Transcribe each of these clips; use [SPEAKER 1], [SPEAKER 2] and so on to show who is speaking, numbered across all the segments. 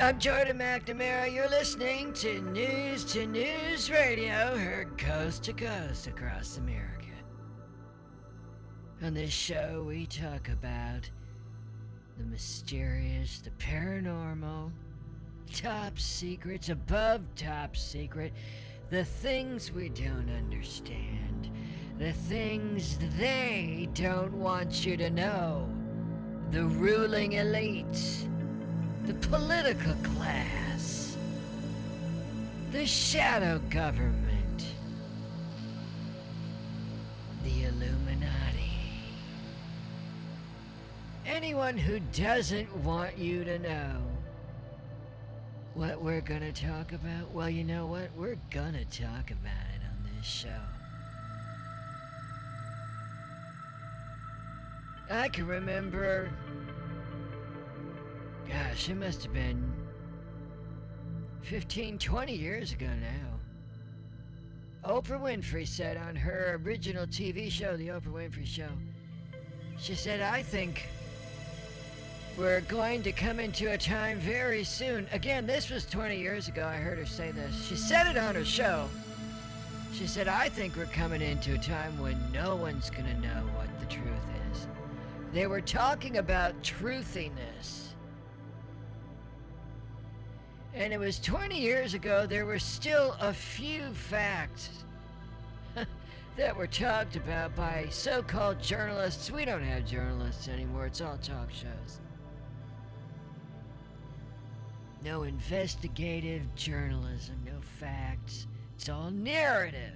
[SPEAKER 1] I'm Jordan McNamara. You're listening to News to News Radio, heard coast to coast across America. On this show, we talk about the mysterious, the paranormal, top secrets, above top secret, the things we don't understand, the things they don't want you to know, the ruling elites the political class, the shadow government, the Illuminati. Anyone who doesn't want you to know what we're gonna talk about, well, you know what? We're gonna talk about it on this show. I can remember Gosh, it must have been 15, 20 years ago now. Oprah Winfrey said on her original TV show, The Oprah Winfrey Show, she said, I think we're going to come into a time very soon. Again, this was 20 years ago. I heard her say this. She said it on her show. She said, I think we're coming into a time when no one's going to know what the truth is. They were talking about truthiness. And it was 20 years ago, there were still a few facts that were talked about by so called journalists. We don't have journalists anymore, it's all talk shows. No investigative journalism, no facts. It's all narrative.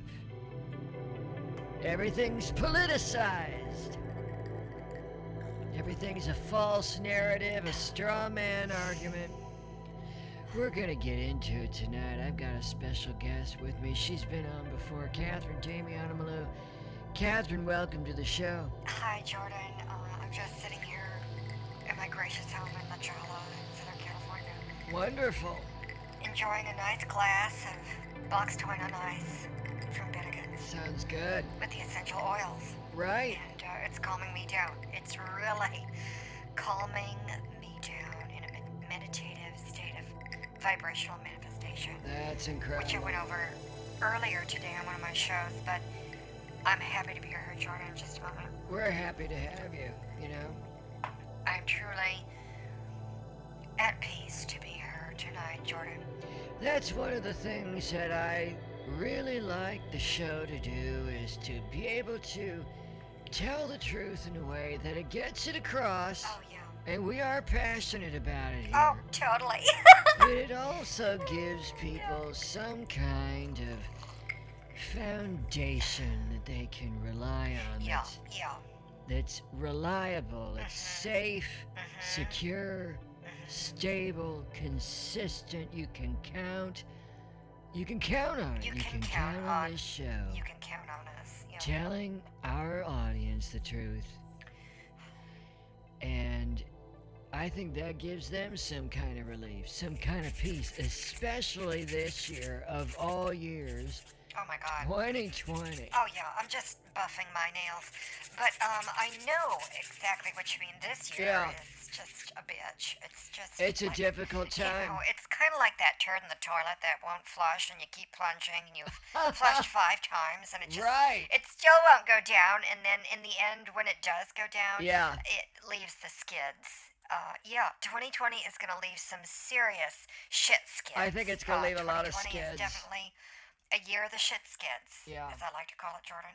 [SPEAKER 1] Everything's politicized. Everything's a false narrative, a straw man argument. We're gonna get into it tonight. I've got a special guest with me. She's been on before, Catherine Jamie Onamalu. Catherine, welcome to the show.
[SPEAKER 2] Hi, Jordan. Uh, I'm just sitting here in my gracious home in La Jolla, Southern California,
[SPEAKER 1] Wonderful.
[SPEAKER 2] enjoying a nice glass of boxed wine on ice from Bennigan's
[SPEAKER 1] Sounds good.
[SPEAKER 2] with the essential oils,
[SPEAKER 1] Right?
[SPEAKER 2] and uh, it's calming me down. It's really calming me down in a med- meditative state of vibrational manifestation.
[SPEAKER 1] That's
[SPEAKER 2] which I
[SPEAKER 1] incredible.
[SPEAKER 2] went over earlier today on one of my shows, but I'm happy to be here, Jordan, in just a moment.
[SPEAKER 1] We're happy to have you, you know?
[SPEAKER 2] I'm truly at peace to be here tonight, Jordan.
[SPEAKER 1] That's one of the things that I really like the show to do is to be able to tell the truth in a way that it gets it across.
[SPEAKER 2] Oh, yeah.
[SPEAKER 1] And we are passionate about it here.
[SPEAKER 2] Oh, totally.
[SPEAKER 1] but it also gives people some kind of foundation that they can rely on
[SPEAKER 2] yeah,
[SPEAKER 1] that's,
[SPEAKER 2] yeah.
[SPEAKER 1] that's reliable, it's
[SPEAKER 2] Mhm.
[SPEAKER 1] safe,
[SPEAKER 2] Mhm.
[SPEAKER 1] secure,
[SPEAKER 2] Mhm.
[SPEAKER 1] stable, consistent. You can count. You can count on it.
[SPEAKER 2] You
[SPEAKER 1] you
[SPEAKER 2] can
[SPEAKER 1] can
[SPEAKER 2] count
[SPEAKER 1] on
[SPEAKER 2] on-
[SPEAKER 1] this show.
[SPEAKER 2] You can count on us. Yeah.
[SPEAKER 1] Telling our audience the truth. And I think that gives them some kind of relief, some kind of peace, especially this year of all years,
[SPEAKER 2] Oh, my God.
[SPEAKER 1] 2020.
[SPEAKER 2] Oh, yeah. I'm just buffing my nails. But um, I know exactly what you mean. This year
[SPEAKER 1] Yeah.
[SPEAKER 2] is just a bitch. It's just.
[SPEAKER 1] It's a
[SPEAKER 2] like-
[SPEAKER 1] difficult
[SPEAKER 2] You know,
[SPEAKER 1] time.
[SPEAKER 2] it's kind of like that turd in the toilet that won't flush, and you keep plunging, and you've flushed five times, and it just
[SPEAKER 1] Right.
[SPEAKER 2] it still won't go down. And then in the end, when it does go down,
[SPEAKER 1] Yeah.
[SPEAKER 2] it leaves the skids. Uh, yeah, 2020 is going to leave some serious shit skids.
[SPEAKER 1] I think it's gonna
[SPEAKER 2] Uh,
[SPEAKER 1] leave a lot of
[SPEAKER 2] 2020
[SPEAKER 1] skids.
[SPEAKER 2] Is definitely a year of the shit skids.
[SPEAKER 1] Yeah.
[SPEAKER 2] as I like to call it, Jordan.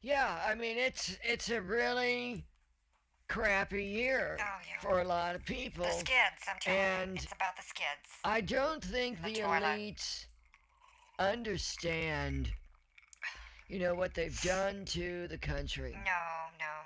[SPEAKER 1] Yeah, I mean it's it's a really crappy year
[SPEAKER 2] Oh, yeah.
[SPEAKER 1] for a lot of people.
[SPEAKER 2] The skids. I'm telling
[SPEAKER 1] and-
[SPEAKER 2] you, it's about the skids.
[SPEAKER 1] I don't think
[SPEAKER 2] The
[SPEAKER 1] the
[SPEAKER 2] toilet.
[SPEAKER 1] elites understand, you know, what they've done to the country
[SPEAKER 2] No, no.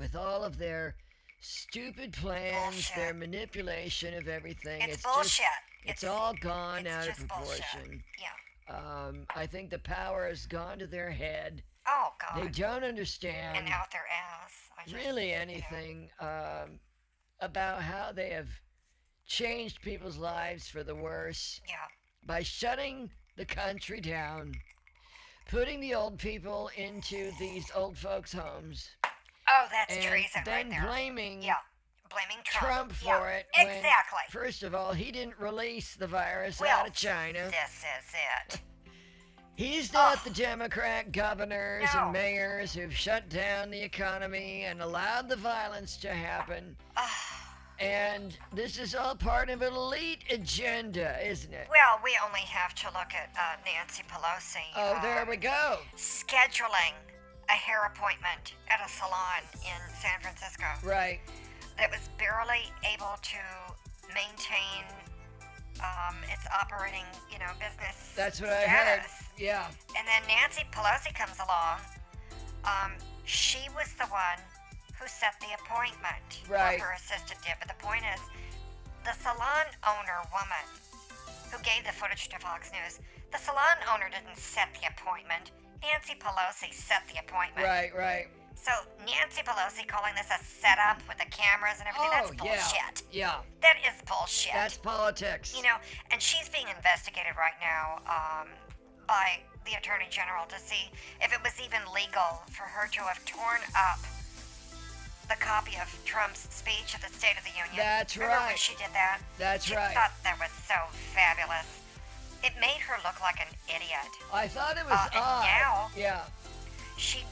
[SPEAKER 1] with all of their stupid plans, their
[SPEAKER 2] Mm. Bullshit.
[SPEAKER 1] manipulation of everything.
[SPEAKER 2] It's,
[SPEAKER 1] It's,
[SPEAKER 2] bullshit.
[SPEAKER 1] Just, it's, all gone
[SPEAKER 2] it's
[SPEAKER 1] out of
[SPEAKER 2] just bullshit.
[SPEAKER 1] proportion.
[SPEAKER 2] Yeah.
[SPEAKER 1] Um, I think the power has gone to their head.
[SPEAKER 2] Oh
[SPEAKER 1] They
[SPEAKER 2] God.
[SPEAKER 1] don't understand
[SPEAKER 2] and out their ass. I just-
[SPEAKER 1] really
[SPEAKER 2] you know,
[SPEAKER 1] anything um, about how they have changed people's lives for the worse.
[SPEAKER 2] Yeah.
[SPEAKER 1] by shutting the country down, putting the old people into these old folks' homes,
[SPEAKER 2] Oh, that's
[SPEAKER 1] and
[SPEAKER 2] treason
[SPEAKER 1] then
[SPEAKER 2] right there.
[SPEAKER 1] blaming
[SPEAKER 2] Yeah. blaming Trump.
[SPEAKER 1] Trump for
[SPEAKER 2] Yeah,
[SPEAKER 1] it. when,
[SPEAKER 2] Exactly.
[SPEAKER 1] First of all, he didn't release the virus
[SPEAKER 2] Well,
[SPEAKER 1] out of China.
[SPEAKER 2] This is it.
[SPEAKER 1] He's
[SPEAKER 2] Ugh.
[SPEAKER 1] not the Democrat governors
[SPEAKER 2] No.
[SPEAKER 1] and mayors who've shut down the economy and allowed the violence to happen.
[SPEAKER 2] Ugh.
[SPEAKER 1] And this is all part of an elite agenda, isn't it?
[SPEAKER 2] Well, we only have to look at uh, Nancy Pelosi.
[SPEAKER 1] Oh,
[SPEAKER 2] um,
[SPEAKER 1] there we go.
[SPEAKER 2] Scheduling a hair appointment at a salon in San Francisco
[SPEAKER 1] Right.
[SPEAKER 2] that was barely able to maintain um, its operating, you know, business.
[SPEAKER 1] That's what I heard.
[SPEAKER 2] status.
[SPEAKER 1] Yeah.
[SPEAKER 2] And then Nancy Pelosi comes along. Um, she was the one who set the appointment. or
[SPEAKER 1] Right.
[SPEAKER 2] Her assistant did. But the point is, the salon owner woman who gave the footage to Fox News, the salon owner didn't set the appointment. Nancy Pelosi set the appointment.
[SPEAKER 1] Right, right.
[SPEAKER 2] So Nancy Pelosi calling this a setup with the cameras and everything,
[SPEAKER 1] Oh,
[SPEAKER 2] that's
[SPEAKER 1] yeah.
[SPEAKER 2] bullshit.
[SPEAKER 1] Yeah.
[SPEAKER 2] That is bullshit.
[SPEAKER 1] That's politics.
[SPEAKER 2] You know, and she's being investigated right now um, by the Attorney General to see if it was even legal for her to have torn up the copy of Trump's speech at the State of the Union.
[SPEAKER 1] That's
[SPEAKER 2] Remember when
[SPEAKER 1] right.
[SPEAKER 2] she did that?
[SPEAKER 1] That's
[SPEAKER 2] she
[SPEAKER 1] right.
[SPEAKER 2] thought that was so fabulous. It made her look like an idiot.
[SPEAKER 1] I thought it was
[SPEAKER 2] Uh, and
[SPEAKER 1] odd.
[SPEAKER 2] now-
[SPEAKER 1] yeah.
[SPEAKER 2] She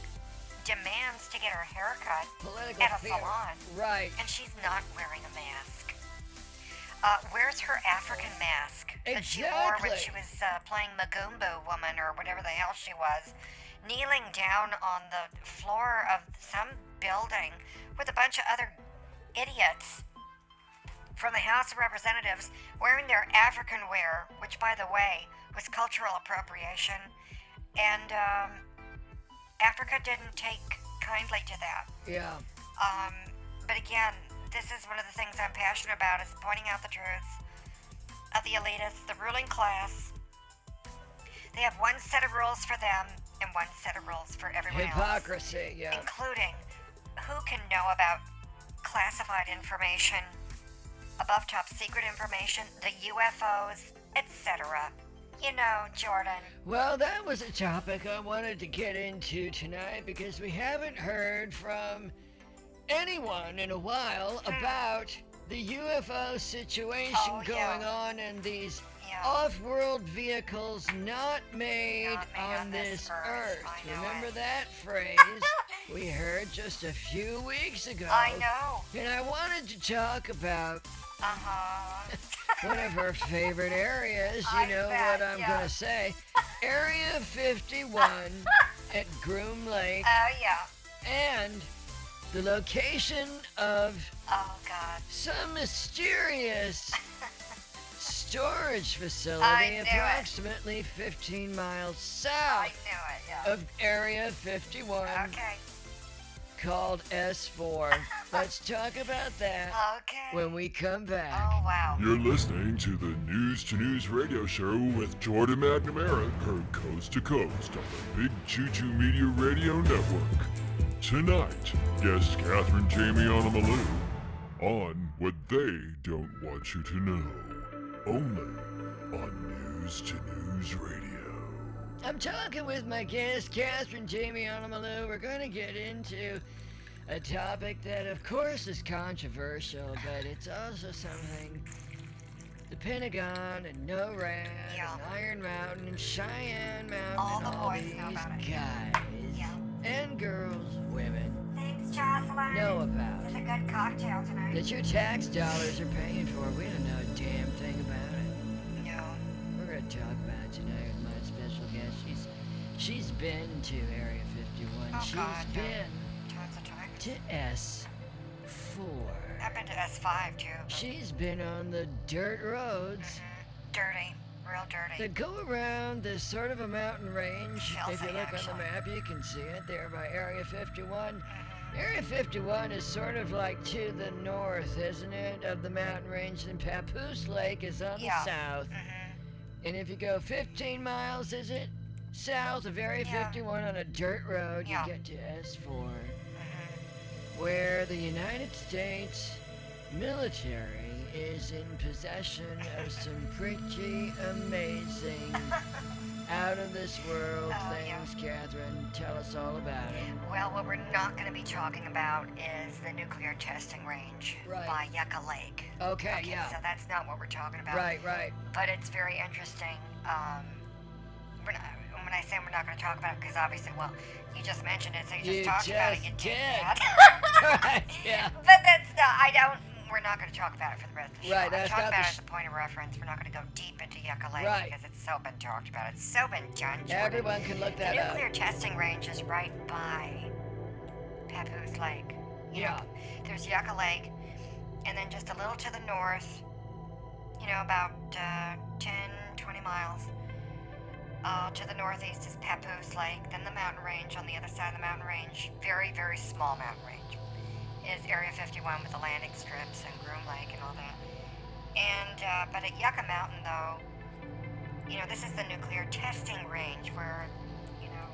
[SPEAKER 2] demands to get her hair cut,
[SPEAKER 1] Political
[SPEAKER 2] At a
[SPEAKER 1] theater.
[SPEAKER 2] salon.
[SPEAKER 1] Right.
[SPEAKER 2] and she's not wearing a mask. Uh, where's her African mask that she wore when she
[SPEAKER 1] Exactly.
[SPEAKER 2] was uh, playing Magumbo Woman or whatever the hell she was, kneeling down on the floor of some building with a bunch of other idiots from the House of Representatives wearing their African wear, which, by the way, was cultural appropriation, and um, Africa didn't take kindly to that.
[SPEAKER 1] Yeah.
[SPEAKER 2] Um, but again, this is one of the things I'm passionate about is pointing out the truths of the elitists, the ruling class. They have one set of rules for them and one set of rules for everyone else,
[SPEAKER 1] Hypocrisy. Yeah.
[SPEAKER 2] including who can know about classified information, above top secret information, the UFOs, etc. You know, Jordan.
[SPEAKER 1] Well, that was a topic I wanted to get into tonight because we haven't heard from anyone in a while about the UFO situation
[SPEAKER 2] Hmm. Oh, yeah.
[SPEAKER 1] going on and these
[SPEAKER 2] Yeah.
[SPEAKER 1] off world vehicles not made,
[SPEAKER 2] Not made
[SPEAKER 1] on this earth.
[SPEAKER 2] I know
[SPEAKER 1] Remember
[SPEAKER 2] it.
[SPEAKER 1] that phrase we heard just a few weeks ago?
[SPEAKER 2] I know.
[SPEAKER 1] And I wanted to talk about
[SPEAKER 2] Uh huh.
[SPEAKER 1] one of her favorite areas. You
[SPEAKER 2] I
[SPEAKER 1] know
[SPEAKER 2] bet,
[SPEAKER 1] what I'm
[SPEAKER 2] yeah.
[SPEAKER 1] going to say. Area 51 at Groom Lake
[SPEAKER 2] Oh yeah.
[SPEAKER 1] and the location of
[SPEAKER 2] Oh God.
[SPEAKER 1] some mysterious storage
[SPEAKER 2] I
[SPEAKER 1] facility
[SPEAKER 2] knew it.
[SPEAKER 1] approximately 15 miles
[SPEAKER 2] I
[SPEAKER 1] south
[SPEAKER 2] knew it. Yeah.
[SPEAKER 1] of Area 51
[SPEAKER 2] Okay.
[SPEAKER 1] called S4. Let's talk about that
[SPEAKER 2] Okay.
[SPEAKER 1] when we come back.
[SPEAKER 2] Uh, oh wow.
[SPEAKER 3] You're listening to the News to News radio show with Jordan McNamara, heard coast to coast on the Big Choo Choo Media Radio Network. Tonight, guest Catherine Jamie Onomaloo on What They Don't Want You to Know, only on News to News Radio.
[SPEAKER 1] I'm talking with my guest, Catherine Jamie Onomaloo. We're going to get into a topic that, of course, is controversial, but it's also something the Pentagon and NORAD
[SPEAKER 2] Yeah.
[SPEAKER 1] and Iron Mountain and Cheyenne Mountain
[SPEAKER 2] All
[SPEAKER 1] and
[SPEAKER 2] the
[SPEAKER 1] all
[SPEAKER 2] boys
[SPEAKER 1] these
[SPEAKER 2] know about it.
[SPEAKER 1] guys
[SPEAKER 2] Yeah.
[SPEAKER 1] and girls, women
[SPEAKER 2] Thanks, Jocelyn.
[SPEAKER 1] know about
[SPEAKER 2] It's a good cocktail tonight.
[SPEAKER 1] that your tax dollars are paying for. We don't know a damn thing about it.
[SPEAKER 2] no.
[SPEAKER 1] We're going to talk about it tonight with my special guest. She's she's been to Area 51.
[SPEAKER 2] Oh,
[SPEAKER 1] She's
[SPEAKER 2] God, no.
[SPEAKER 1] been
[SPEAKER 2] Tons of time.
[SPEAKER 1] to S4.
[SPEAKER 2] I've been to S5 too. but-
[SPEAKER 1] She's been on the dirt roads.
[SPEAKER 2] Mhm. Dirty. Real dirty.
[SPEAKER 1] that go around this sort of a mountain range. If you
[SPEAKER 2] Filthy,
[SPEAKER 1] look on
[SPEAKER 2] actually.
[SPEAKER 1] the map, you can see it there by Area 51.
[SPEAKER 2] Mhm.
[SPEAKER 1] Area 51 is sort of like to the north, isn't it, of the mountain range? And Papoose Lake is on
[SPEAKER 2] Yeah.
[SPEAKER 1] the south.
[SPEAKER 2] Mhm.
[SPEAKER 1] And if you go 15 miles, is it? South of Area
[SPEAKER 2] Yeah.
[SPEAKER 1] 51 on a dirt road,
[SPEAKER 2] Yeah.
[SPEAKER 1] you get to S4,
[SPEAKER 2] Mhm.
[SPEAKER 1] where the United States military is in possession of some pretty amazing out of the this world
[SPEAKER 2] Oh, yeah.
[SPEAKER 1] things, Catherine. Tell us all about it.
[SPEAKER 2] Well, what we're not going to be talking about is the nuclear testing range
[SPEAKER 1] Right.
[SPEAKER 2] by Yucca Lake.
[SPEAKER 1] Okay, yeah.
[SPEAKER 2] So that's not what we're talking about.
[SPEAKER 1] Right, right.
[SPEAKER 2] But it's very interesting. Um, we're not, when I say we're not going to talk about it, because obviously, well, you just mentioned it, so you just
[SPEAKER 1] You
[SPEAKER 2] talked about it.
[SPEAKER 1] just
[SPEAKER 2] You
[SPEAKER 1] did.
[SPEAKER 2] did.
[SPEAKER 1] Right, yeah.
[SPEAKER 2] But that's not, I don't, we're not going to talk about it for the rest of the
[SPEAKER 1] Right,
[SPEAKER 2] show. I'm
[SPEAKER 1] that's
[SPEAKER 2] talking
[SPEAKER 1] not the
[SPEAKER 2] about it
[SPEAKER 1] sh-
[SPEAKER 2] as a point of reference. We're not going to go deep into Yucca Lake
[SPEAKER 1] Right.
[SPEAKER 2] because it's so been talked about. It's so been done. Jordan.
[SPEAKER 1] Everyone can look that
[SPEAKER 2] the
[SPEAKER 1] up.
[SPEAKER 2] nuclear testing range is right by Papoose Lake. You
[SPEAKER 1] Yeah.
[SPEAKER 2] know, there's Yucca Lake, and then just a little to the north, you know, about uh, 10, 20 miles uh, to the northeast is Papoose Lake, then the mountain range on the other side of the mountain range, very, very small mountain range, is Area 51 with the landing strips and Groom Lake and all that. And, uh, but at Yucca Mountain, though, you know, this is the nuclear testing range where, you know,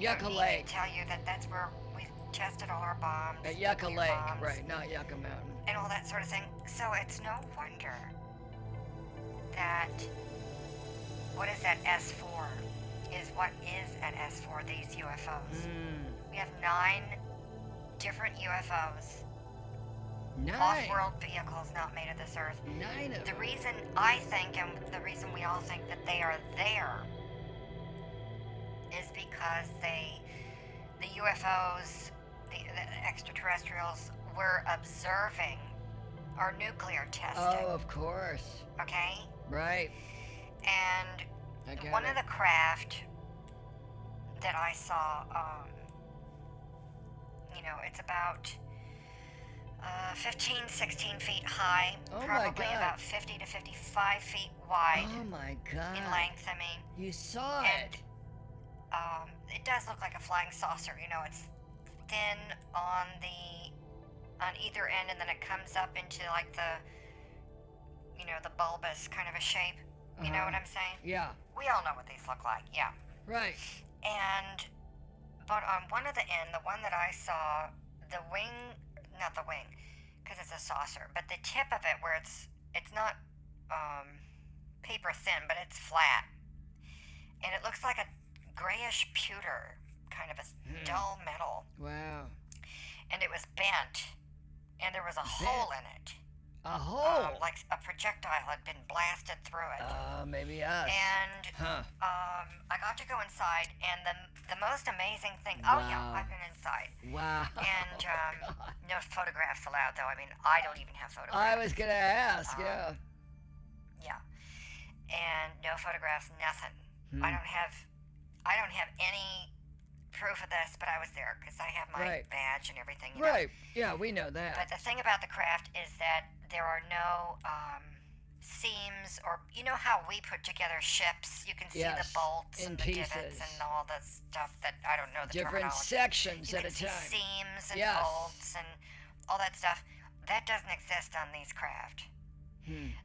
[SPEAKER 1] Yucca
[SPEAKER 2] Ernie
[SPEAKER 1] Lake.
[SPEAKER 2] can tell you that that's where we tested all our bombs.
[SPEAKER 1] At Yucca
[SPEAKER 2] nuclear
[SPEAKER 1] Lake,
[SPEAKER 2] bombs,
[SPEAKER 1] right, not Yucca Mountain.
[SPEAKER 2] And all that sort of thing. So it's no wonder that what is at S4 is what is at S4, these UFOs.
[SPEAKER 1] Mm,
[SPEAKER 2] We have nine different UFOs, off
[SPEAKER 1] nine.
[SPEAKER 2] world vehicles not made of this earth.
[SPEAKER 1] Nine of
[SPEAKER 2] The
[SPEAKER 1] them.
[SPEAKER 2] reason I think, and the reason we all think that they are there, is because they, the UFOs, the, the extraterrestrials, were observing our nuclear testing.
[SPEAKER 1] Oh, of course.
[SPEAKER 2] Okay,
[SPEAKER 1] Right.
[SPEAKER 2] and
[SPEAKER 1] I got
[SPEAKER 2] one
[SPEAKER 1] it.
[SPEAKER 2] of the craft that I saw, um, you know, it's about uh, 15, 16 feet high,
[SPEAKER 1] Oh my
[SPEAKER 2] probably
[SPEAKER 1] God.
[SPEAKER 2] about 50 to 55 feet wide
[SPEAKER 1] Oh my
[SPEAKER 2] in
[SPEAKER 1] god.
[SPEAKER 2] length. I mean,
[SPEAKER 1] You saw
[SPEAKER 2] And-
[SPEAKER 1] it.
[SPEAKER 2] um, it does look like a flying saucer. You know, it's thin on the on either end, and then it comes up into like the you know the bulbous kind of a shape. You know what
[SPEAKER 1] Uh-huh.
[SPEAKER 2] I'm saying?
[SPEAKER 1] Yeah.
[SPEAKER 2] We all know what these look like. Yeah.
[SPEAKER 1] Right.
[SPEAKER 2] And, but on one of the end, the one that I saw, the wing, not the wing, because it's a saucer, but the tip of it where it's, it's not um, paper thin, but it's flat. And it looks like a grayish pewter, kind of a s-
[SPEAKER 1] Hmm.
[SPEAKER 2] dull metal.
[SPEAKER 1] Wow.
[SPEAKER 2] And it was bent, and there was a hole in it.
[SPEAKER 1] A
[SPEAKER 2] Um,
[SPEAKER 1] hole.
[SPEAKER 2] like s- a projectile had been blasted through it.
[SPEAKER 1] Uh, maybe us.
[SPEAKER 2] and
[SPEAKER 1] Huh.
[SPEAKER 2] um, I got to go inside, and the, the most amazing thing. Oh, yeah,
[SPEAKER 1] Wow.
[SPEAKER 2] I've been inside.
[SPEAKER 1] Wow.
[SPEAKER 2] And um, no photographs allowed, though. I mean, I don't even have
[SPEAKER 1] I
[SPEAKER 2] photographs.
[SPEAKER 1] was gonna ask.
[SPEAKER 2] Um,
[SPEAKER 1] Yeah.
[SPEAKER 2] yeah. And no photographs, nothing.
[SPEAKER 1] Hmm.
[SPEAKER 2] I don't have, I don't have any proof of this, but I was there because I have my
[SPEAKER 1] Right.
[SPEAKER 2] badge and everything. You
[SPEAKER 1] Right. Yeah, we know
[SPEAKER 2] Know?
[SPEAKER 1] that.
[SPEAKER 2] But the thing about the craft is that there are no um, seams or you know how we put together ships. You can see the
[SPEAKER 1] Yes,
[SPEAKER 2] bolts
[SPEAKER 1] in
[SPEAKER 2] and the
[SPEAKER 1] pieces.
[SPEAKER 2] divots and all the stuff that I don't know the
[SPEAKER 1] Different
[SPEAKER 2] terminology.
[SPEAKER 1] sections
[SPEAKER 2] you
[SPEAKER 1] at
[SPEAKER 2] can
[SPEAKER 1] a
[SPEAKER 2] see
[SPEAKER 1] time.
[SPEAKER 2] seams and
[SPEAKER 1] Yes.
[SPEAKER 2] bolts and all that stuff. That doesn't exist on these craft.
[SPEAKER 1] Hmm.
[SPEAKER 2] Th-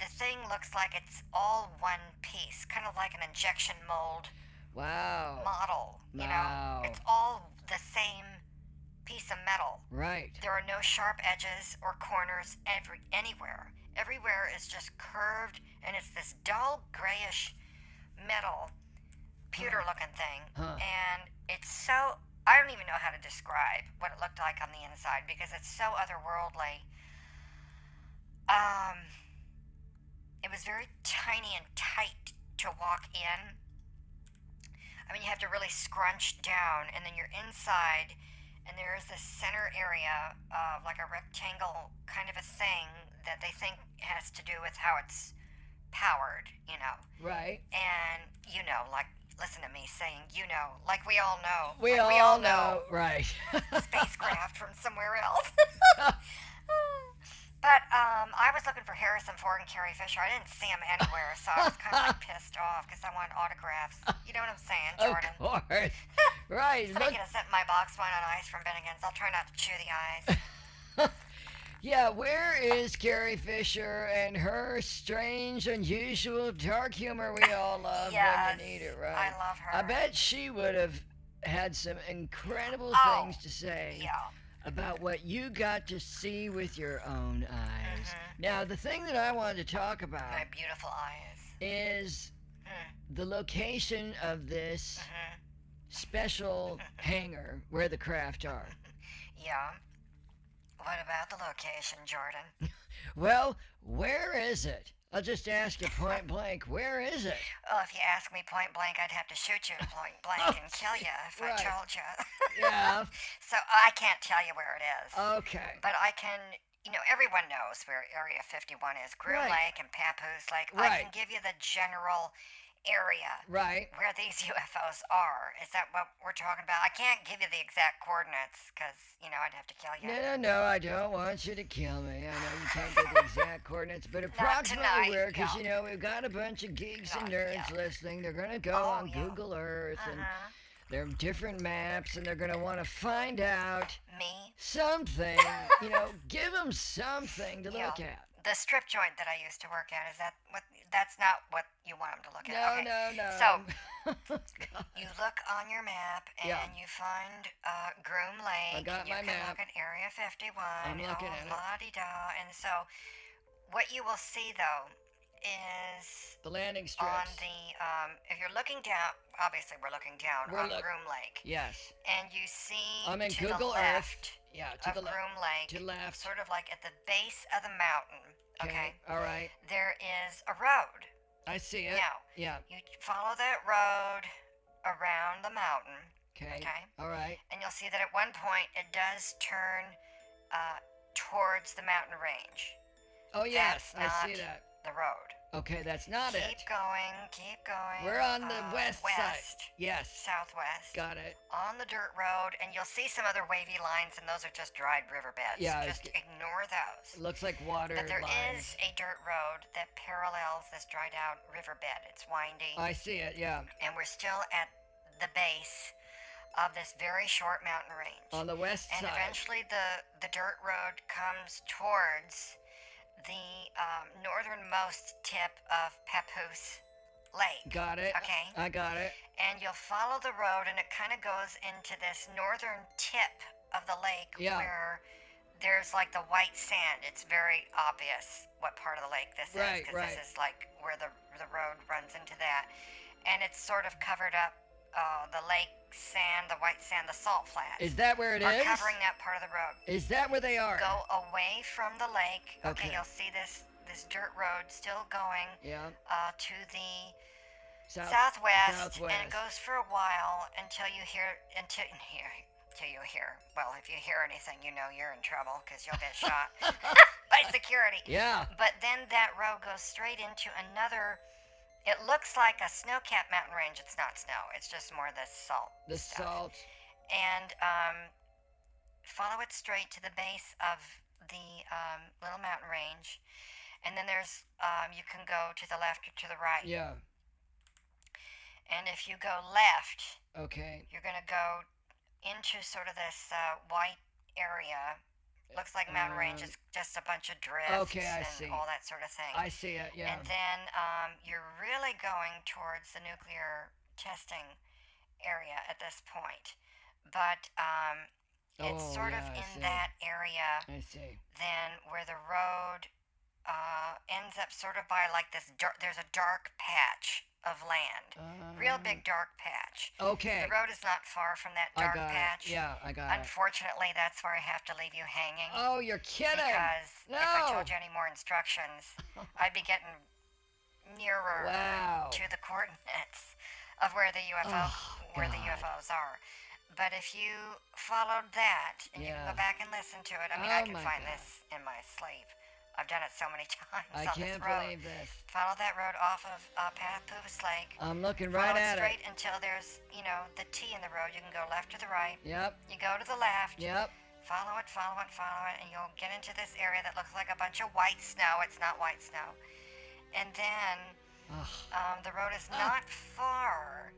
[SPEAKER 2] The thing looks like it's all one piece, kind of like an injection mold
[SPEAKER 1] Wow.
[SPEAKER 2] model. You
[SPEAKER 1] Oh. Wow.
[SPEAKER 2] know, it's all the same piece of metal.
[SPEAKER 1] Right.
[SPEAKER 2] There are no sharp edges or corners every anywhere. Everywhere is just curved, and it's this dull grayish metal pewter-looking thing,
[SPEAKER 1] Huh.
[SPEAKER 2] and it's so I don't even know how to describe what it looked like on the inside because it's so otherworldly. Um, it was very tiny and tight to walk in. I mean, you have to really scrunch down, and then you're inside, and there is this center area of like a rectangle kind of a thing that they think has to do with how it's powered, you know.
[SPEAKER 1] Right.
[SPEAKER 2] And, you know, like, listen to me saying, you know, like we all know.
[SPEAKER 1] We,
[SPEAKER 2] like
[SPEAKER 1] all, know. Right.
[SPEAKER 2] spacecraft from somewhere else. but um, I was looking for Harrison Ford and Carrie Fisher. I didn't see them anywhere, so I was kind of like pissed off because I want autographs. You know what I'm saying,
[SPEAKER 1] of
[SPEAKER 2] Jordan?
[SPEAKER 1] course. right.
[SPEAKER 2] Let
[SPEAKER 1] Look.
[SPEAKER 2] me get a sip of my box wine on ice from Bennigan's. I'll try not to chew the eyes.
[SPEAKER 1] Yeah. Where is Carrie Fisher and her strange, unusual, dark humor we all love
[SPEAKER 2] yes,
[SPEAKER 1] when you need it, right?
[SPEAKER 2] I love her.
[SPEAKER 1] I bet she would have had some incredible
[SPEAKER 2] Oh,
[SPEAKER 1] things to say
[SPEAKER 2] Yeah.
[SPEAKER 1] about what you got to see with your own
[SPEAKER 2] Mm-hmm.
[SPEAKER 1] eyes. Now, the thing that I wanted to talk about
[SPEAKER 2] My beautiful eyes.
[SPEAKER 1] is
[SPEAKER 2] Hmm.
[SPEAKER 1] the location of this
[SPEAKER 2] Mm-hmm.
[SPEAKER 1] special hangar where the craft are.
[SPEAKER 2] Yeah. What about the location, Jordan?
[SPEAKER 1] Well, where is it? I'll just ask you point blank, where is it?
[SPEAKER 2] Oh, if you asked me point blank, I'd have to shoot you point blank and kill you if
[SPEAKER 1] Right.
[SPEAKER 2] I told you.
[SPEAKER 1] Yeah.
[SPEAKER 2] so I can't tell you where it is.
[SPEAKER 1] Oh. Okay.
[SPEAKER 2] But I can, you know, everyone knows where Area 51 is Groom
[SPEAKER 1] Right.
[SPEAKER 2] Lake and Papoose Lake. I can
[SPEAKER 1] Right.
[SPEAKER 2] give you the general area
[SPEAKER 1] Right.
[SPEAKER 2] where these UFOs are. Is that what we're talking about? I can't give you the exact coordinates because, you know, I'd have to kill you.
[SPEAKER 1] No, no, no, I don't want you to kill me. I know you can't get the exact coordinates, but approximately
[SPEAKER 2] tonight,
[SPEAKER 1] where, because
[SPEAKER 2] no.
[SPEAKER 1] you know, we've got a bunch of geeks and
[SPEAKER 2] Not
[SPEAKER 1] nerds
[SPEAKER 2] yet.
[SPEAKER 1] listening. They're going to go
[SPEAKER 2] Oh,
[SPEAKER 1] on
[SPEAKER 2] yeah.
[SPEAKER 1] Google Earth and
[SPEAKER 2] Uh-huh.
[SPEAKER 1] there are different maps and they're going to want to find out
[SPEAKER 2] Me,
[SPEAKER 1] something. you know, give them something to
[SPEAKER 2] Yeah.
[SPEAKER 1] look at.
[SPEAKER 2] the strip joint that I used to work at, is that what? That's not what you want them to look at.
[SPEAKER 1] No,
[SPEAKER 2] okay.
[SPEAKER 1] no, no. So,
[SPEAKER 2] You look on your map and
[SPEAKER 1] Yeah.
[SPEAKER 2] you find uh, Groom Lake.
[SPEAKER 1] got
[SPEAKER 2] you
[SPEAKER 1] my
[SPEAKER 2] can look
[SPEAKER 1] map.
[SPEAKER 2] at Area 51.
[SPEAKER 1] I'm looking at it.
[SPEAKER 2] La di da. And so, what you will see though is
[SPEAKER 1] the landing
[SPEAKER 2] on
[SPEAKER 1] strips.
[SPEAKER 2] the um, if you're looking down, obviously we're looking down
[SPEAKER 1] We're
[SPEAKER 2] on
[SPEAKER 1] look-
[SPEAKER 2] Groom Lake,
[SPEAKER 1] yes.
[SPEAKER 2] and you see
[SPEAKER 1] I'm in
[SPEAKER 2] e, to
[SPEAKER 1] Google
[SPEAKER 2] the
[SPEAKER 1] Earth.
[SPEAKER 2] left
[SPEAKER 1] Yeah, to
[SPEAKER 2] of
[SPEAKER 1] the left.
[SPEAKER 2] Groom Lake,
[SPEAKER 1] To the left.
[SPEAKER 2] sort of like at the base of the mountain. Okay,
[SPEAKER 1] All right.
[SPEAKER 2] there is a road.
[SPEAKER 1] I see it.
[SPEAKER 2] Now
[SPEAKER 1] Yeah.
[SPEAKER 2] you follow that road around the mountain.
[SPEAKER 1] Okay.
[SPEAKER 2] Okay.
[SPEAKER 1] All right.
[SPEAKER 2] and you'll see that at one point it does turn uh, towards the mountain range,
[SPEAKER 1] Oh, yes. I
[SPEAKER 2] That's
[SPEAKER 1] see
[SPEAKER 2] not
[SPEAKER 1] that.
[SPEAKER 2] the road.
[SPEAKER 1] Okay, that's not
[SPEAKER 2] keep
[SPEAKER 1] it.
[SPEAKER 2] going, keep going.
[SPEAKER 1] We're on the
[SPEAKER 2] uh,
[SPEAKER 1] west side.
[SPEAKER 2] west,
[SPEAKER 1] Yes.
[SPEAKER 2] southwest,
[SPEAKER 1] Got it.
[SPEAKER 2] on the dirt road, and you'll see some other wavy lines, and those are just dried riverbeds.
[SPEAKER 1] Yeah, I was
[SPEAKER 2] just
[SPEAKER 1] g-
[SPEAKER 2] ignore
[SPEAKER 1] It
[SPEAKER 2] those.
[SPEAKER 1] looks like water
[SPEAKER 2] But there
[SPEAKER 1] lines.
[SPEAKER 2] is a dirt road that parallels this dried out riverbed. It's windy,
[SPEAKER 1] I see it. Yeah.
[SPEAKER 2] and we're still at the base of this very short mountain range.
[SPEAKER 1] On the west
[SPEAKER 2] and
[SPEAKER 1] side.
[SPEAKER 2] eventually the the dirt road comes towards the um, northernmost tip of Papoose Lake,
[SPEAKER 1] Got it.
[SPEAKER 2] Okay.
[SPEAKER 1] I got it.
[SPEAKER 2] and you'll follow the road, and it kind of goes into this northern tip of the lake
[SPEAKER 1] Yeah.
[SPEAKER 2] where there's like the white sand. It's very obvious what part of the lake this
[SPEAKER 1] Right,
[SPEAKER 2] is because
[SPEAKER 1] right.
[SPEAKER 2] this is like where the the road runs into that, and it's sort of covered up uh, the lake sand, the white sand, the salt flats.
[SPEAKER 1] Is that where it is?
[SPEAKER 2] are covering that part of the road
[SPEAKER 1] Is that where they are?
[SPEAKER 2] go away from the lake. Okay,
[SPEAKER 1] Okay.
[SPEAKER 2] you'll see this this dirt road still going
[SPEAKER 1] Yeah.
[SPEAKER 2] uh, to the
[SPEAKER 1] South.
[SPEAKER 2] southwest, and
[SPEAKER 1] southwest.
[SPEAKER 2] it goes for a while until you hear until here until you hear. Well, if you hear anything, you know you're in trouble because you'll get shot by security.
[SPEAKER 1] Yeah.
[SPEAKER 2] But then that road goes straight into another. It looks like a snow-capped mountain range. It's not snow. It's just more the salt.
[SPEAKER 1] The
[SPEAKER 2] stuff
[SPEAKER 1] salt.
[SPEAKER 2] and um, follow it straight to the base of the um, little mountain range. And then there's, um, you can go to the left or to the right.
[SPEAKER 1] Yeah.
[SPEAKER 2] And if you go left,
[SPEAKER 1] Okay.
[SPEAKER 2] you're going to go into sort of this uh, white area. Looks like mountain range
[SPEAKER 1] Um,
[SPEAKER 2] is just a bunch of drifts
[SPEAKER 1] I
[SPEAKER 2] and
[SPEAKER 1] see.
[SPEAKER 2] all that sort of thing.
[SPEAKER 1] I see it. Yeah.
[SPEAKER 2] And then um, you're really going towards the nuclear testing area at this point. But um, it's
[SPEAKER 1] Oh,
[SPEAKER 2] sort
[SPEAKER 1] yeah, I
[SPEAKER 2] of in
[SPEAKER 1] see.
[SPEAKER 2] that area
[SPEAKER 1] I see.
[SPEAKER 2] then where the road uh, ends up sort of by like this dark, there's a dark patch of land. Real big dark patch.
[SPEAKER 1] Um, Okay.
[SPEAKER 2] The road is not far from that
[SPEAKER 1] Mm. I got
[SPEAKER 2] dark patch.
[SPEAKER 1] it. Yeah, I got it.
[SPEAKER 2] Unfortunately, that's where I have to leave you hanging.
[SPEAKER 1] Oh, you're kidding.
[SPEAKER 2] Because if I
[SPEAKER 1] No.
[SPEAKER 2] told you any more instructions, I'd be getting nearer
[SPEAKER 1] Wow.
[SPEAKER 2] to the coordinates of where the UFO
[SPEAKER 1] Oh,
[SPEAKER 2] where the
[SPEAKER 1] God.
[SPEAKER 2] UFOs are. But if you followed that and you can
[SPEAKER 1] Yeah.
[SPEAKER 2] go back and listen to it, I mean
[SPEAKER 1] Oh,
[SPEAKER 2] I can
[SPEAKER 1] my
[SPEAKER 2] find
[SPEAKER 1] God.
[SPEAKER 2] this in my sleep. I've done it so many times
[SPEAKER 1] I
[SPEAKER 2] on
[SPEAKER 1] can't
[SPEAKER 2] this road.
[SPEAKER 1] believe this.
[SPEAKER 2] Follow that road off of uh, Papoose Lake.
[SPEAKER 1] I'm looking
[SPEAKER 2] Follow
[SPEAKER 1] right
[SPEAKER 2] it
[SPEAKER 1] at
[SPEAKER 2] straight until there's, you know, the T in the road. You can go left to the right.
[SPEAKER 1] it. Yep.
[SPEAKER 2] You go to the left.
[SPEAKER 1] Yep.
[SPEAKER 2] Follow it, follow it, follow it, and you'll get into this area that looks like a bunch of white snow. It's not white snow. And then
[SPEAKER 1] Ugh.
[SPEAKER 2] um, the road is
[SPEAKER 1] Ah.
[SPEAKER 2] not far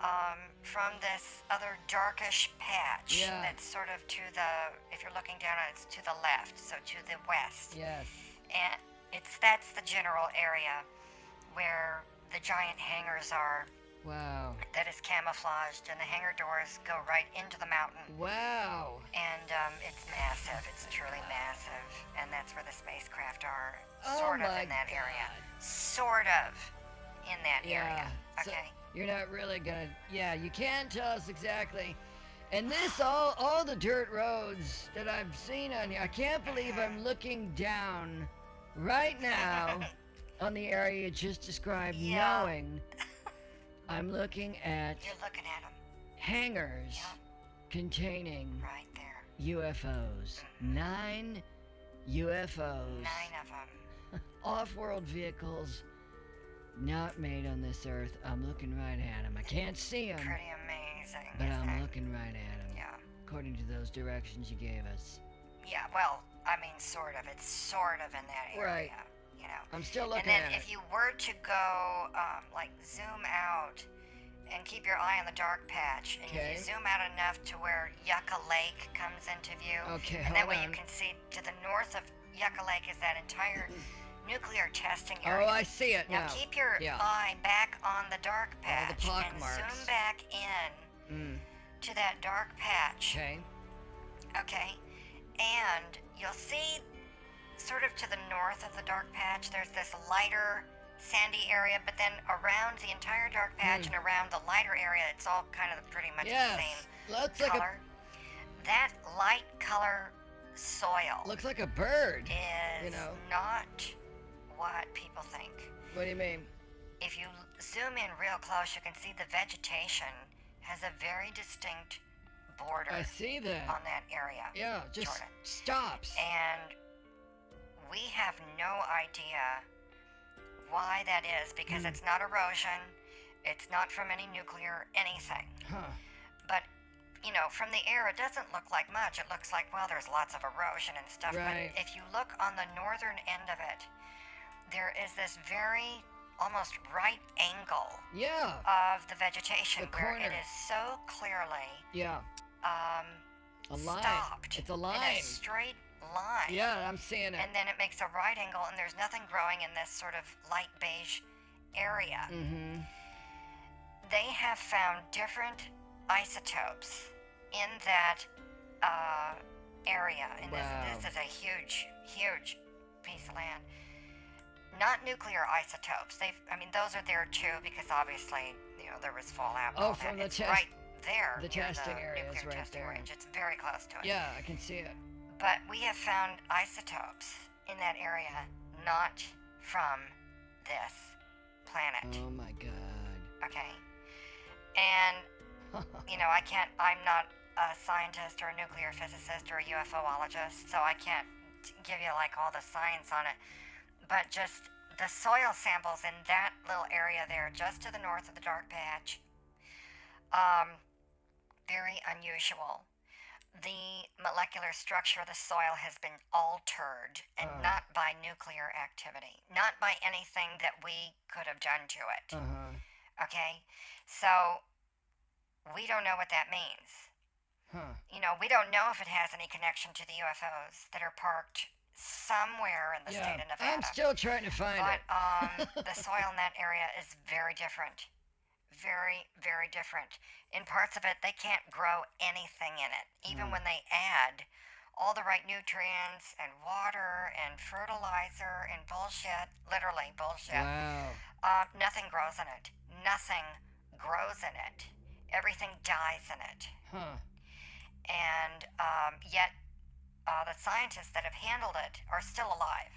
[SPEAKER 2] um, from this other darkish patch
[SPEAKER 1] Yeah.
[SPEAKER 2] that's sort of to the, if you're looking down on it, it's to the left, so to the west.
[SPEAKER 1] Yes.
[SPEAKER 2] And it's that's the general area where the giant hangars are
[SPEAKER 1] Wow.
[SPEAKER 2] that is camouflaged, and the hangar doors go right into the mountain.
[SPEAKER 1] Wow.
[SPEAKER 2] And um, it's massive. It's truly massive. And that's where the spacecraft are.
[SPEAKER 1] Oh
[SPEAKER 2] Sort of
[SPEAKER 1] my
[SPEAKER 2] in that area.
[SPEAKER 1] God.
[SPEAKER 2] Sort of in that
[SPEAKER 1] Yeah.
[SPEAKER 2] area.
[SPEAKER 1] So
[SPEAKER 2] Okay.
[SPEAKER 1] you're not really gonna. Yeah, you can tell us exactly. And this all all the dirt roads that I've seen on here. I can't believe I'm looking down right now on the area you just described,
[SPEAKER 2] Yeah.
[SPEAKER 1] knowing I'm looking at
[SPEAKER 2] You're looking at them
[SPEAKER 1] hangars containing
[SPEAKER 2] right there.
[SPEAKER 1] UFOs. Nine UFOs.
[SPEAKER 2] Nine of them.
[SPEAKER 1] Off world vehicles not made on this earth. I'm looking right at them. I can't see them,
[SPEAKER 2] Pretty amazing.
[SPEAKER 1] Um, but
[SPEAKER 2] isn't
[SPEAKER 1] I'm
[SPEAKER 2] it?
[SPEAKER 1] looking right at them.
[SPEAKER 2] Yeah.
[SPEAKER 1] According to those directions you gave us.
[SPEAKER 2] Yeah, well, I mean, sort of. It's sort of in that area.
[SPEAKER 1] Right.
[SPEAKER 2] You know.
[SPEAKER 1] I'm still
[SPEAKER 2] And
[SPEAKER 1] looking
[SPEAKER 2] then
[SPEAKER 1] at
[SPEAKER 2] if
[SPEAKER 1] it.
[SPEAKER 2] you were to go, um, like, zoom out and keep your eye on the dark patch, and
[SPEAKER 1] Okay.
[SPEAKER 2] if you zoom out enough to where Yucca Lake comes into view,
[SPEAKER 1] Okay,
[SPEAKER 2] and that
[SPEAKER 1] hold
[SPEAKER 2] way
[SPEAKER 1] on.
[SPEAKER 2] you can see to the north of Yucca Lake is that entire nuclear testing
[SPEAKER 1] Mm. oh,
[SPEAKER 2] area.
[SPEAKER 1] I see it
[SPEAKER 2] now
[SPEAKER 1] now.
[SPEAKER 2] keep your
[SPEAKER 1] yeah.
[SPEAKER 2] eye back on the dark patch and
[SPEAKER 1] pockmarks.
[SPEAKER 2] zoom back in
[SPEAKER 1] Mm,
[SPEAKER 2] to that dark patch.
[SPEAKER 1] okay.
[SPEAKER 2] Okay. And you'll see, sort of to the north of the dark patch, there's this lighter sandy area, but then around the entire dark patch and around the lighter area, it's all kind of pretty much
[SPEAKER 1] Hmm. Yes.
[SPEAKER 2] the
[SPEAKER 1] Looks
[SPEAKER 2] same
[SPEAKER 1] like a
[SPEAKER 2] color. That light color soil
[SPEAKER 1] looks like a bird.
[SPEAKER 2] is
[SPEAKER 1] know.
[SPEAKER 2] not what people think.
[SPEAKER 1] What do you mean?
[SPEAKER 2] If you zoom in real close, you can see the vegetation has a very distinct border
[SPEAKER 1] I see
[SPEAKER 2] on
[SPEAKER 1] that.
[SPEAKER 2] that area.
[SPEAKER 1] Yeah, just
[SPEAKER 2] Um, Jordan.
[SPEAKER 1] stops.
[SPEAKER 2] And we have no idea why that is because
[SPEAKER 1] Mm.
[SPEAKER 2] it's not erosion, it's not from any nuclear anything.
[SPEAKER 1] Huh.
[SPEAKER 2] But, you know, from the air, it doesn't look like much. It looks like, well, there's lots of erosion and stuff.
[SPEAKER 1] Right.
[SPEAKER 2] But if you look on the northern end of it, there is this very almost right angle
[SPEAKER 1] Yeah.
[SPEAKER 2] of the vegetation
[SPEAKER 1] The
[SPEAKER 2] where it
[SPEAKER 1] corner.
[SPEAKER 2] is so clearly
[SPEAKER 1] Yeah.
[SPEAKER 2] um,
[SPEAKER 1] A line.
[SPEAKER 2] stopped.
[SPEAKER 1] It's a
[SPEAKER 2] In
[SPEAKER 1] line.
[SPEAKER 2] a straight line.
[SPEAKER 1] Yeah, I'm seeing it.
[SPEAKER 2] And then it makes a right angle, and there's nothing growing in this sort of light beige area.
[SPEAKER 1] mm-hmm.
[SPEAKER 2] They have found different isotopes in that uh, area. And
[SPEAKER 1] Wow.
[SPEAKER 2] this, this is a huge, huge piece of land. Not nuclear isotopes. They've, I mean, those are there too because obviously, you know, there was fallout. and
[SPEAKER 1] Oh,
[SPEAKER 2] all that.
[SPEAKER 1] from the
[SPEAKER 2] it's
[SPEAKER 1] test-
[SPEAKER 2] right there.
[SPEAKER 1] the
[SPEAKER 2] near
[SPEAKER 1] testing area is
[SPEAKER 2] nuclear
[SPEAKER 1] right
[SPEAKER 2] testing
[SPEAKER 1] there.
[SPEAKER 2] range. It's very close to it.
[SPEAKER 1] Yeah, I can see it.
[SPEAKER 2] But we have found isotopes in that area, not from this planet.
[SPEAKER 1] Oh my god.
[SPEAKER 2] Okay? And, you know, I can't, I'm not a scientist or a nuclear physicist or a UFOologist, so I can't t- give you like all the science on it. But just the soil samples in that little area there, just to the north of the dark patch, um, very unusual the molecular structure of the soil has been altered, and
[SPEAKER 1] Oh.
[SPEAKER 2] not by nuclear activity, not by anything that we could have done to it.
[SPEAKER 1] Uh huh.
[SPEAKER 2] Okay? So, we don't know what that means.
[SPEAKER 1] Huh.
[SPEAKER 2] You know, we don't know if it has any connection to the UFOs that are parked somewhere in the
[SPEAKER 1] yeah.
[SPEAKER 2] state of Nevada.
[SPEAKER 1] I'm still trying to find it.
[SPEAKER 2] But um, the soil in that area is very different. Very, very different. In parts of it, they can't grow anything in it,
[SPEAKER 1] Hmm.
[SPEAKER 2] even when they add all the right nutrients and water and fertilizer and bullshit. Literally, bullshit.
[SPEAKER 1] Wow.
[SPEAKER 2] Uh, nothing grows in it. Nothing grows in it. Everything dies in it
[SPEAKER 1] Huh.
[SPEAKER 2] and um, yet uh, the scientists that have handled it are still alive.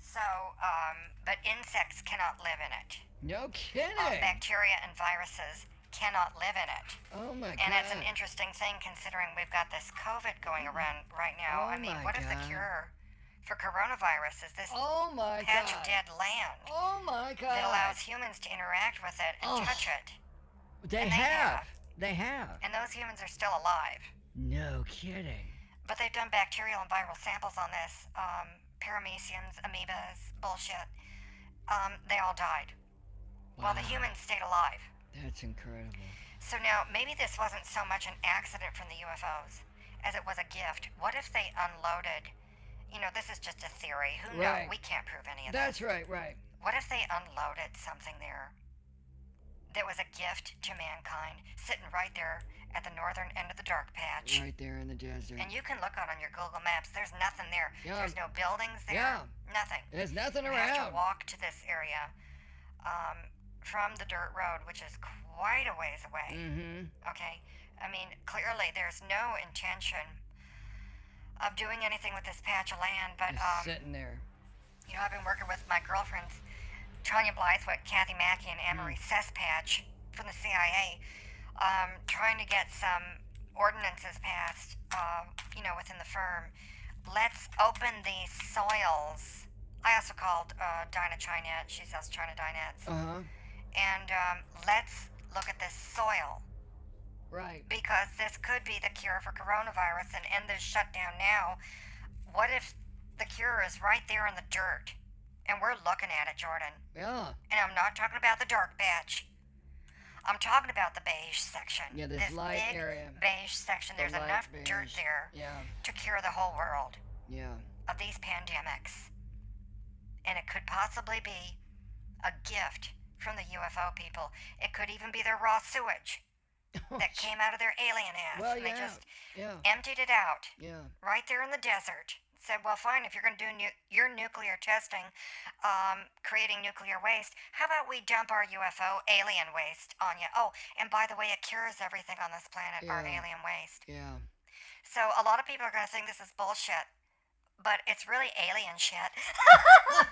[SPEAKER 2] So, um, but insects cannot live in it.
[SPEAKER 1] No
[SPEAKER 2] Uh,
[SPEAKER 1] kidding.
[SPEAKER 2] bacteria and viruses cannot live in it.
[SPEAKER 1] Oh my god.
[SPEAKER 2] And it's an interesting thing considering we've got this COVID going around right now.
[SPEAKER 1] Oh
[SPEAKER 2] I mean,
[SPEAKER 1] my
[SPEAKER 2] what if the
[SPEAKER 1] God.
[SPEAKER 2] cure for coronavirus is this
[SPEAKER 1] oh my
[SPEAKER 2] patch of
[SPEAKER 1] god.
[SPEAKER 2] dead land
[SPEAKER 1] Oh my god.
[SPEAKER 2] that allows humans to interact with it and
[SPEAKER 1] Ugh.
[SPEAKER 2] touch it?
[SPEAKER 1] they,
[SPEAKER 2] and they
[SPEAKER 1] have.
[SPEAKER 2] have.
[SPEAKER 1] They have.
[SPEAKER 2] And those humans are still alive.
[SPEAKER 1] No kidding.
[SPEAKER 2] But they've done bacterial and viral samples on this. Um, parameciums, amoebas, bullshit. Um, they all died. While the
[SPEAKER 1] Wow.
[SPEAKER 2] humans stayed alive.
[SPEAKER 1] That's incredible.
[SPEAKER 2] So now, maybe this wasn't so much an accident from the UFOs as it was a gift. What if they unloaded? You know, this is just a theory. Who
[SPEAKER 1] Right.
[SPEAKER 2] knows? We can't prove any of
[SPEAKER 1] That's
[SPEAKER 2] this.
[SPEAKER 1] right. Right.
[SPEAKER 2] What if they unloaded something there that was a gift to mankind, sitting right there at the northern end of the dark patch?
[SPEAKER 1] Right there in the desert.
[SPEAKER 2] And you can look out on your Google Maps. There's nothing there.
[SPEAKER 1] Yeah.
[SPEAKER 2] There's no buildings there.
[SPEAKER 1] Yeah.
[SPEAKER 2] Nothing.
[SPEAKER 1] There's nothing
[SPEAKER 2] You have
[SPEAKER 1] around.
[SPEAKER 2] to walk to this area um, from the dirt road, which is quite a ways away.
[SPEAKER 1] Mm-hmm.
[SPEAKER 2] Okay. I mean, clearly there's no intention of doing anything with this patch of land, but
[SPEAKER 1] Just
[SPEAKER 2] um,
[SPEAKER 1] sitting there.
[SPEAKER 2] you know, I've been working with my girlfriends, Tanya Blythewood, Kathy Mackey, and Amory Cesspatch from the CIA, um, trying to get some ordinances passed, uh, you know, within the firm. Let's open the soils. I also called uh, Dinah Chinette. She sells China Dinettes.
[SPEAKER 1] Uh-huh.
[SPEAKER 2] And um, let's look at this soil
[SPEAKER 1] Right.
[SPEAKER 2] because this could be the cure for coronavirus and end this shutdown now. What if the cure is right there in the dirt? And we're looking at it, Jordan.
[SPEAKER 1] Yeah.
[SPEAKER 2] And I'm not talking about the dark patch. I'm talking about the beige section.
[SPEAKER 1] Yeah, this light
[SPEAKER 2] big
[SPEAKER 1] area.
[SPEAKER 2] Beige section.
[SPEAKER 1] The
[SPEAKER 2] There's
[SPEAKER 1] light
[SPEAKER 2] enough dirt
[SPEAKER 1] beige.
[SPEAKER 2] there
[SPEAKER 1] Yeah.
[SPEAKER 2] to cure the whole world
[SPEAKER 1] Yeah.
[SPEAKER 2] of these pandemics. And it could possibly be a gift from the UFO people. It could even be their raw sewage that came out of their alien ass.
[SPEAKER 1] well,
[SPEAKER 2] and
[SPEAKER 1] yeah.
[SPEAKER 2] They just
[SPEAKER 1] yeah.
[SPEAKER 2] emptied it out
[SPEAKER 1] Yeah.
[SPEAKER 2] right there in the desert. Said, well, fine, if you're going to do nu- your nuclear testing, um, creating nuclear waste, how about we dump our UFO alien waste on you? Oh, and by the way, it cures everything on this planet, our
[SPEAKER 1] Yeah.
[SPEAKER 2] alien waste.
[SPEAKER 1] Yeah.
[SPEAKER 2] So a lot of people are going to think this is bullshit, but it's really alien shit,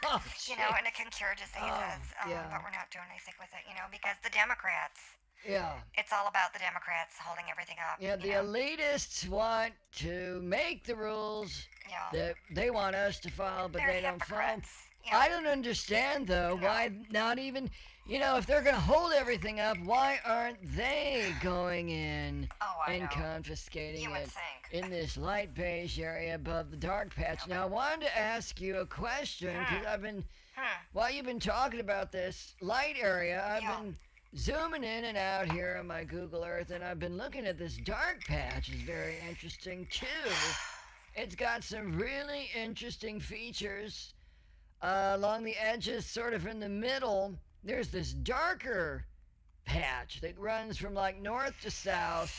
[SPEAKER 1] Oh,
[SPEAKER 2] you
[SPEAKER 1] shit.
[SPEAKER 2] know,
[SPEAKER 1] Oh,
[SPEAKER 2] and it can cure diseases. um,
[SPEAKER 1] yeah.
[SPEAKER 2] But we're not doing anything with it, you know, because the Democrats,
[SPEAKER 1] Yeah.
[SPEAKER 2] it's all about the Democrats holding everything up.
[SPEAKER 1] Yeah, the
[SPEAKER 2] you know?
[SPEAKER 1] elitists want to make the rules
[SPEAKER 2] yeah.
[SPEAKER 1] that they want us to follow, but
[SPEAKER 2] They're
[SPEAKER 1] they don't follow.
[SPEAKER 2] hypocrites, yeah.
[SPEAKER 1] I don't understand though why not even, you know, if they're going to hold everything up, why aren't they going in
[SPEAKER 2] Oh, I
[SPEAKER 1] and
[SPEAKER 2] know.
[SPEAKER 1] confiscating
[SPEAKER 2] You would
[SPEAKER 1] it
[SPEAKER 2] think.
[SPEAKER 1] in this light beige area above the dark patch? Now, I wanted to ask you a question because I've been,
[SPEAKER 2] Hmm.
[SPEAKER 1] while you've been talking about this light area, I've
[SPEAKER 2] Yeah.
[SPEAKER 1] been zooming in and out here on my Google Earth, and I've been looking at this dark patch. It's very interesting too. It's got some really interesting features uh, along the edges, sort of in the middle. There's this darker patch that runs from like north to south.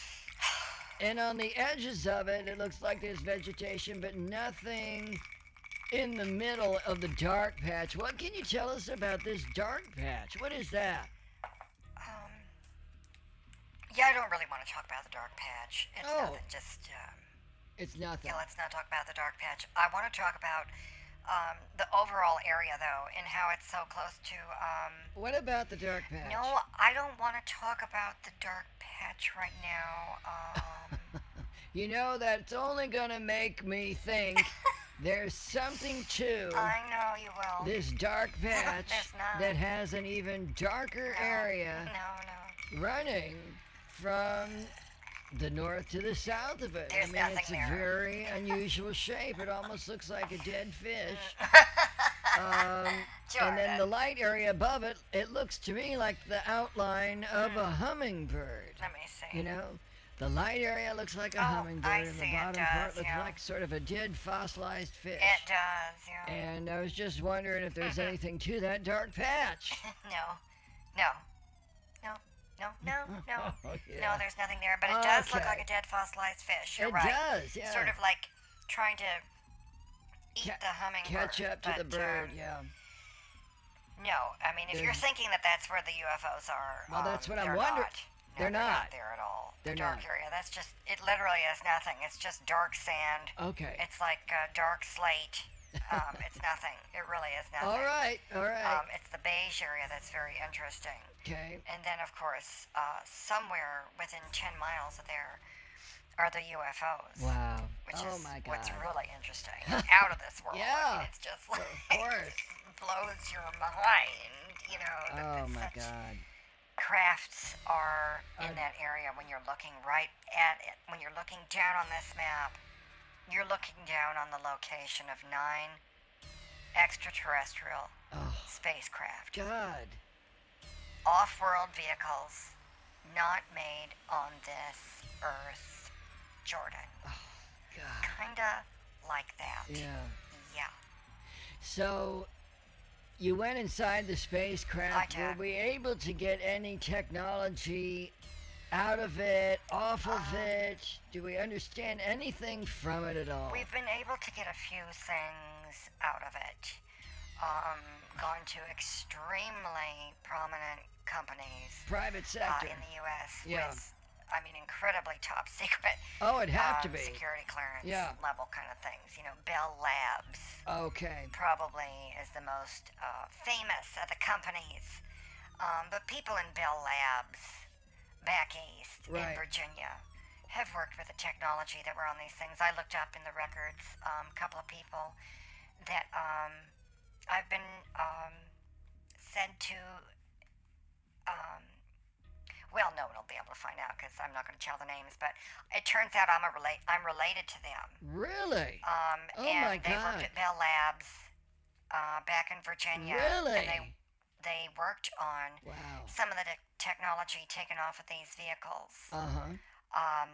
[SPEAKER 1] And on the edges of it, it looks like there's vegetation, but nothing in the middle of the dark patch. What can you tell us about this dark patch? What is that?
[SPEAKER 2] Um, yeah, I don't really want to talk about the dark patch. It's
[SPEAKER 1] Oh.
[SPEAKER 2] nothing. Just um,
[SPEAKER 1] It's nothing.
[SPEAKER 2] yeah, let's not talk about the dark patch. I want to talk about um, the overall area though, and how it's so close to. Um,
[SPEAKER 1] What about the dark patch?
[SPEAKER 2] no, I don't want to talk about the dark patch right now. Um,
[SPEAKER 1] You know, that's only gonna make me think there's something to
[SPEAKER 2] I know you will.
[SPEAKER 1] this dark patch
[SPEAKER 2] There's not.
[SPEAKER 1] that has an even darker area
[SPEAKER 2] No, no.
[SPEAKER 1] running from the north to the south of it.
[SPEAKER 2] There's
[SPEAKER 1] I mean, it's
[SPEAKER 2] nothing
[SPEAKER 1] a
[SPEAKER 2] there.
[SPEAKER 1] very unusual shape. It almost looks like a dead fish. Um, and then the
[SPEAKER 2] Jordan.
[SPEAKER 1] light area above it, it looks to me like the outline
[SPEAKER 2] Hmm.
[SPEAKER 1] of a hummingbird.
[SPEAKER 2] Let me see.
[SPEAKER 1] You know, the light area looks like a
[SPEAKER 2] Oh, I
[SPEAKER 1] hummingbird, and
[SPEAKER 2] see,
[SPEAKER 1] the
[SPEAKER 2] it
[SPEAKER 1] bottom part
[SPEAKER 2] does,
[SPEAKER 1] looks
[SPEAKER 2] yeah.
[SPEAKER 1] like sort of a dead fossilized fish.
[SPEAKER 2] It does. Yeah.
[SPEAKER 1] and I was just wondering if there's anything to that dark patch.
[SPEAKER 2] No, no, no, no, no, no.
[SPEAKER 1] Oh, Yeah.
[SPEAKER 2] No, there's nothing there, but it does look like
[SPEAKER 1] Okay.
[SPEAKER 2] a dead fossilized fish. You're
[SPEAKER 1] it
[SPEAKER 2] right.
[SPEAKER 1] does, yeah.
[SPEAKER 2] Sort of like trying to eat
[SPEAKER 1] Ca-
[SPEAKER 2] the hummingbird.
[SPEAKER 1] catch up to the
[SPEAKER 2] but,
[SPEAKER 1] bird.
[SPEAKER 2] um,
[SPEAKER 1] yeah.
[SPEAKER 2] No, I mean, if you're thinking that that's where the UFOs are,
[SPEAKER 1] Well, that's
[SPEAKER 2] um,
[SPEAKER 1] what I'm
[SPEAKER 2] they're
[SPEAKER 1] wonder-
[SPEAKER 2] Not. No,
[SPEAKER 1] they're not.
[SPEAKER 2] there at all.
[SPEAKER 1] They're
[SPEAKER 2] the dark
[SPEAKER 1] not.
[SPEAKER 2] area. That's just. It literally is nothing. It's just dark sand.
[SPEAKER 1] Okay.
[SPEAKER 2] It's like uh, dark slate. Um, it's nothing. It really is nothing.
[SPEAKER 1] all right. All right.
[SPEAKER 2] Um, it's the beige area that's very interesting.
[SPEAKER 1] okay.
[SPEAKER 2] And then, of course, uh, somewhere within 10 miles of there are the UFOs.
[SPEAKER 1] Wow.
[SPEAKER 2] Which
[SPEAKER 1] oh
[SPEAKER 2] is
[SPEAKER 1] my God.
[SPEAKER 2] what's really interesting. out of this world. I
[SPEAKER 1] Yeah,
[SPEAKER 2] mean, it's just like,
[SPEAKER 1] course.
[SPEAKER 2] it blows your mind, you know. that
[SPEAKER 1] Oh my
[SPEAKER 2] such
[SPEAKER 1] God.
[SPEAKER 2] Crafts are in
[SPEAKER 1] Uh,
[SPEAKER 2] that area when you're looking right at it. When you're looking down on this map, you're looking down on the location of nine extraterrestrial
[SPEAKER 1] Oh
[SPEAKER 2] spacecraft
[SPEAKER 1] God.
[SPEAKER 2] off world vehicles not made on this earth, Jordan.
[SPEAKER 1] God.
[SPEAKER 2] Kinda like that.
[SPEAKER 1] Yeah.
[SPEAKER 2] Yeah.
[SPEAKER 1] So you went inside the spacecraft.
[SPEAKER 2] I
[SPEAKER 1] Were
[SPEAKER 2] did.
[SPEAKER 1] we able to get any technology out of it, off
[SPEAKER 2] Uh,
[SPEAKER 1] of it? Do we understand anything from it at all?
[SPEAKER 2] We've been able to get a few things out of it. um, gone to extremely prominent companies
[SPEAKER 1] Private
[SPEAKER 2] uh,
[SPEAKER 1] sector.
[SPEAKER 2] in the U.S.
[SPEAKER 1] Yeah.
[SPEAKER 2] with, I mean, incredibly top secret
[SPEAKER 1] oh, it'd have to
[SPEAKER 2] um,
[SPEAKER 1] be.
[SPEAKER 2] security clearance
[SPEAKER 1] Yeah.
[SPEAKER 2] level kind of things. You know, Bell Labs
[SPEAKER 1] Okay.
[SPEAKER 2] probably is the most uh, famous of the companies. Um, but people in Bell Labs back east
[SPEAKER 1] Right.
[SPEAKER 2] in Virginia have worked with the technology that were on these things. I looked up in the records um, a couple of people that um, I've been um, sent to. Um, well, no one will be able to find out because I'm not going to tell the names. But it turns out I'm a relate. I'm related to them.
[SPEAKER 1] Really?
[SPEAKER 2] Um,
[SPEAKER 1] Oh
[SPEAKER 2] and
[SPEAKER 1] my
[SPEAKER 2] they
[SPEAKER 1] God.
[SPEAKER 2] worked at Bell Labs uh, back in Virginia. And
[SPEAKER 1] Really?
[SPEAKER 2] they, they worked on
[SPEAKER 1] Wow.
[SPEAKER 2] some of the te- technology taken off of these vehicles.
[SPEAKER 1] Uh huh.
[SPEAKER 2] Um,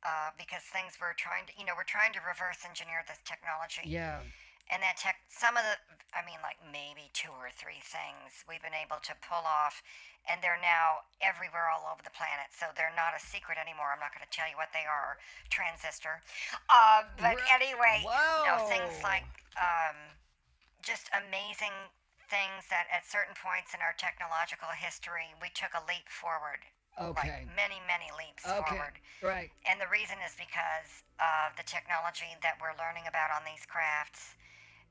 [SPEAKER 2] uh, because things were trying to, you know, we're trying to reverse engineer this technology.
[SPEAKER 1] Yeah.
[SPEAKER 2] And that tech, some of the, I mean, like maybe two or three things we've been able to pull off, and they're now everywhere all over the planet. So they're not a secret anymore. I'm not going to tell you what they are, transistor. Uh, but
[SPEAKER 1] Re-
[SPEAKER 2] anyway, no,
[SPEAKER 1] Whoa.
[SPEAKER 2] things like um, just amazing things that at certain points in our technological history, we took a leap forward.
[SPEAKER 1] Okay.
[SPEAKER 2] Like many, many leaps
[SPEAKER 1] Okay.
[SPEAKER 2] forward.
[SPEAKER 1] Right.
[SPEAKER 2] And the reason is because of the technology that we're learning about on these crafts,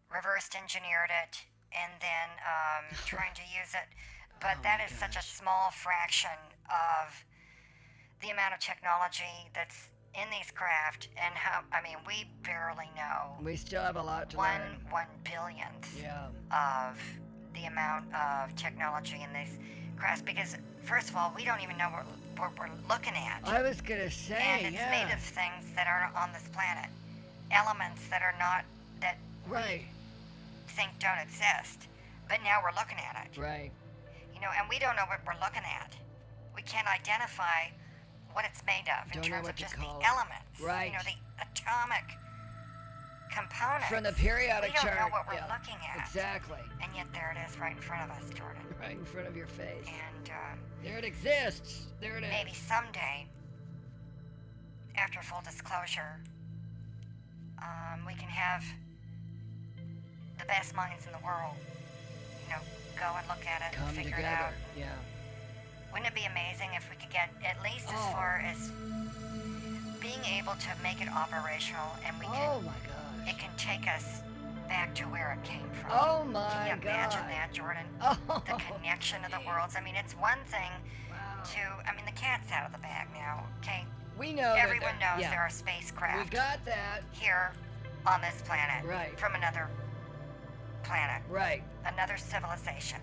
[SPEAKER 2] reversed engineered it, and then um, trying to use it. But
[SPEAKER 1] Oh
[SPEAKER 2] that
[SPEAKER 1] my
[SPEAKER 2] is such a
[SPEAKER 1] gosh.
[SPEAKER 2] small fraction of the amount of technology that's in these craft, and how, I mean, we barely know
[SPEAKER 1] We still have a lot to
[SPEAKER 2] one
[SPEAKER 1] learn.
[SPEAKER 2] one billionth
[SPEAKER 1] Yeah.
[SPEAKER 2] of the amount of technology in these crafts because, first of all, we don't even know what, what we're looking at.
[SPEAKER 1] I was gonna say.
[SPEAKER 2] And it's
[SPEAKER 1] Oh, yeah.
[SPEAKER 2] made of things that are on this planet, elements that are not that
[SPEAKER 1] Right.
[SPEAKER 2] think don't exist. But now we're looking at it,
[SPEAKER 1] Right.
[SPEAKER 2] you know, and we don't know what we're looking at. We can't identify what it's made of in
[SPEAKER 1] Don't know
[SPEAKER 2] terms
[SPEAKER 1] what
[SPEAKER 2] of
[SPEAKER 1] to
[SPEAKER 2] just the
[SPEAKER 1] call it.
[SPEAKER 2] elements,
[SPEAKER 1] Right.
[SPEAKER 2] You know, the atomic components.
[SPEAKER 1] From the periodic
[SPEAKER 2] we don't
[SPEAKER 1] chart.
[SPEAKER 2] know what we're
[SPEAKER 1] yeah.
[SPEAKER 2] looking at,
[SPEAKER 1] Exactly.
[SPEAKER 2] and yet there it is, right in front of us, Jordan.
[SPEAKER 1] Right in front of your face.
[SPEAKER 2] And um,
[SPEAKER 1] There it exists. There it is.
[SPEAKER 2] maybe someday, after full disclosure, um, we can have the best minds in the world, you know, go and look at it
[SPEAKER 1] Come
[SPEAKER 2] and figure
[SPEAKER 1] together.
[SPEAKER 2] it out.
[SPEAKER 1] Yeah.
[SPEAKER 2] Wouldn't it be amazing if we could get at least
[SPEAKER 1] Oh.
[SPEAKER 2] as far as being able to make it operational and we
[SPEAKER 1] Oh
[SPEAKER 2] can,
[SPEAKER 1] my gosh.
[SPEAKER 2] it can take us back to where it came from.
[SPEAKER 1] Oh my
[SPEAKER 2] can you imagine
[SPEAKER 1] God.
[SPEAKER 2] that, Jordan?
[SPEAKER 1] Oh.
[SPEAKER 2] The connection of the worlds. I mean, it's one thing
[SPEAKER 1] Wow.
[SPEAKER 2] to, I mean, the cat's out of the bag now, okay?
[SPEAKER 1] We know. that
[SPEAKER 2] Everyone
[SPEAKER 1] there-
[SPEAKER 2] knows
[SPEAKER 1] Oh, yeah.
[SPEAKER 2] there are
[SPEAKER 1] We
[SPEAKER 2] spacecraft
[SPEAKER 1] got that.
[SPEAKER 2] here on this planet
[SPEAKER 1] Right.
[SPEAKER 2] from another planet,
[SPEAKER 1] Right.
[SPEAKER 2] another civilization.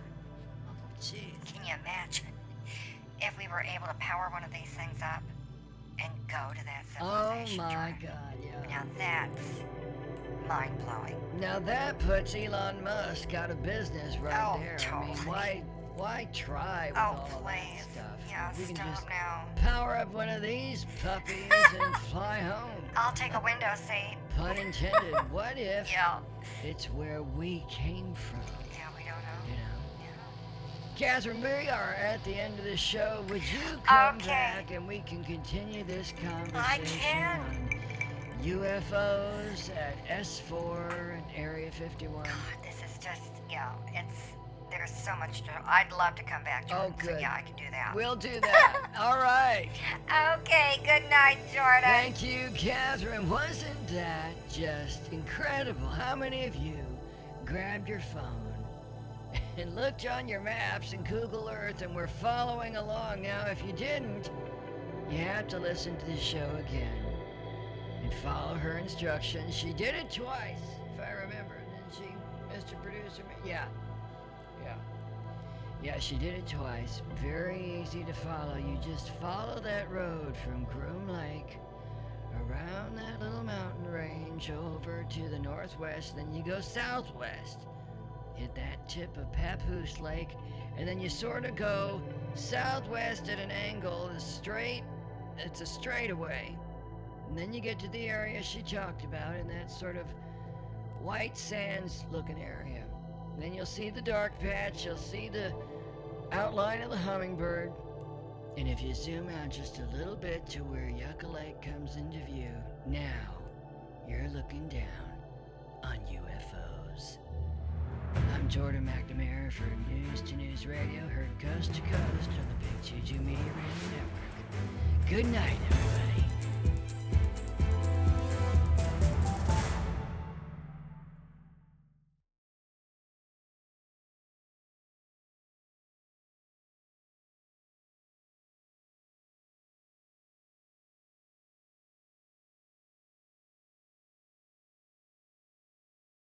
[SPEAKER 1] Oh jeez.
[SPEAKER 2] Can you imagine if we were able to power one of these things up and go to that
[SPEAKER 1] Oh
[SPEAKER 2] civilization?
[SPEAKER 1] my
[SPEAKER 2] Jordan?
[SPEAKER 1] God. Yeah.
[SPEAKER 2] Now that's mind blowing.
[SPEAKER 1] Now that puts Elon Musk out of business right
[SPEAKER 2] Oh,
[SPEAKER 1] there. I mean,
[SPEAKER 2] totally.
[SPEAKER 1] why? Why try with
[SPEAKER 2] Oh,
[SPEAKER 1] all of that
[SPEAKER 2] please.
[SPEAKER 1] stuff?
[SPEAKER 2] Yeah,
[SPEAKER 1] we can
[SPEAKER 2] stop
[SPEAKER 1] just
[SPEAKER 2] now.
[SPEAKER 1] power up one of these puppies and fly home.
[SPEAKER 2] I'll take a window seat.
[SPEAKER 1] Pun intended. What if
[SPEAKER 2] Yeah.
[SPEAKER 1] it's where we came from?
[SPEAKER 2] Yeah, we don't
[SPEAKER 1] You
[SPEAKER 2] know.
[SPEAKER 1] know.
[SPEAKER 2] Yeah.
[SPEAKER 1] Catherine, we are at the end of the show. Would you come
[SPEAKER 2] Okay.
[SPEAKER 1] back and we can continue this conversation
[SPEAKER 2] can.
[SPEAKER 1] on UFOs at S4 and Area 51?
[SPEAKER 2] God, this is just, yeah, it's, there's so much to, I'd love to come back to
[SPEAKER 1] Oh,
[SPEAKER 2] it. So
[SPEAKER 1] good.
[SPEAKER 2] yeah, I can do that.
[SPEAKER 1] We'll do that. All right.
[SPEAKER 2] Okay, good night, Jordan.
[SPEAKER 1] Thank you, Catherine. Wasn't that just incredible? How many of you grabbed your phone and looked on your maps and Google Earth and were following along? Now, if you didn't, you have to listen to the show again and follow her instructions. She did it twice, if I remember. Didn't she, Mr. Producer? Ma- Yeah. Yeah. Yeah, she did it twice. Very easy to follow. You just follow that road from Groom Lake around that little mountain range over to the northwest, then you go southwest. Hit that tip of Papoose Lake, and then you sort of go southwest at an angle, and straight. It's a straightaway. And then you get to the area she talked about in that sort of white sands looking area. Then you'll see the dark patch, you'll see the outline of the hummingbird. And if you zoom out just a little bit to where Yucca Lake comes into view, now you're looking down on UFOs. I'm Jordan McNamara for News to News Radio, heard coast to coast on the Big Juju Media Radio Network. Good night, everybody.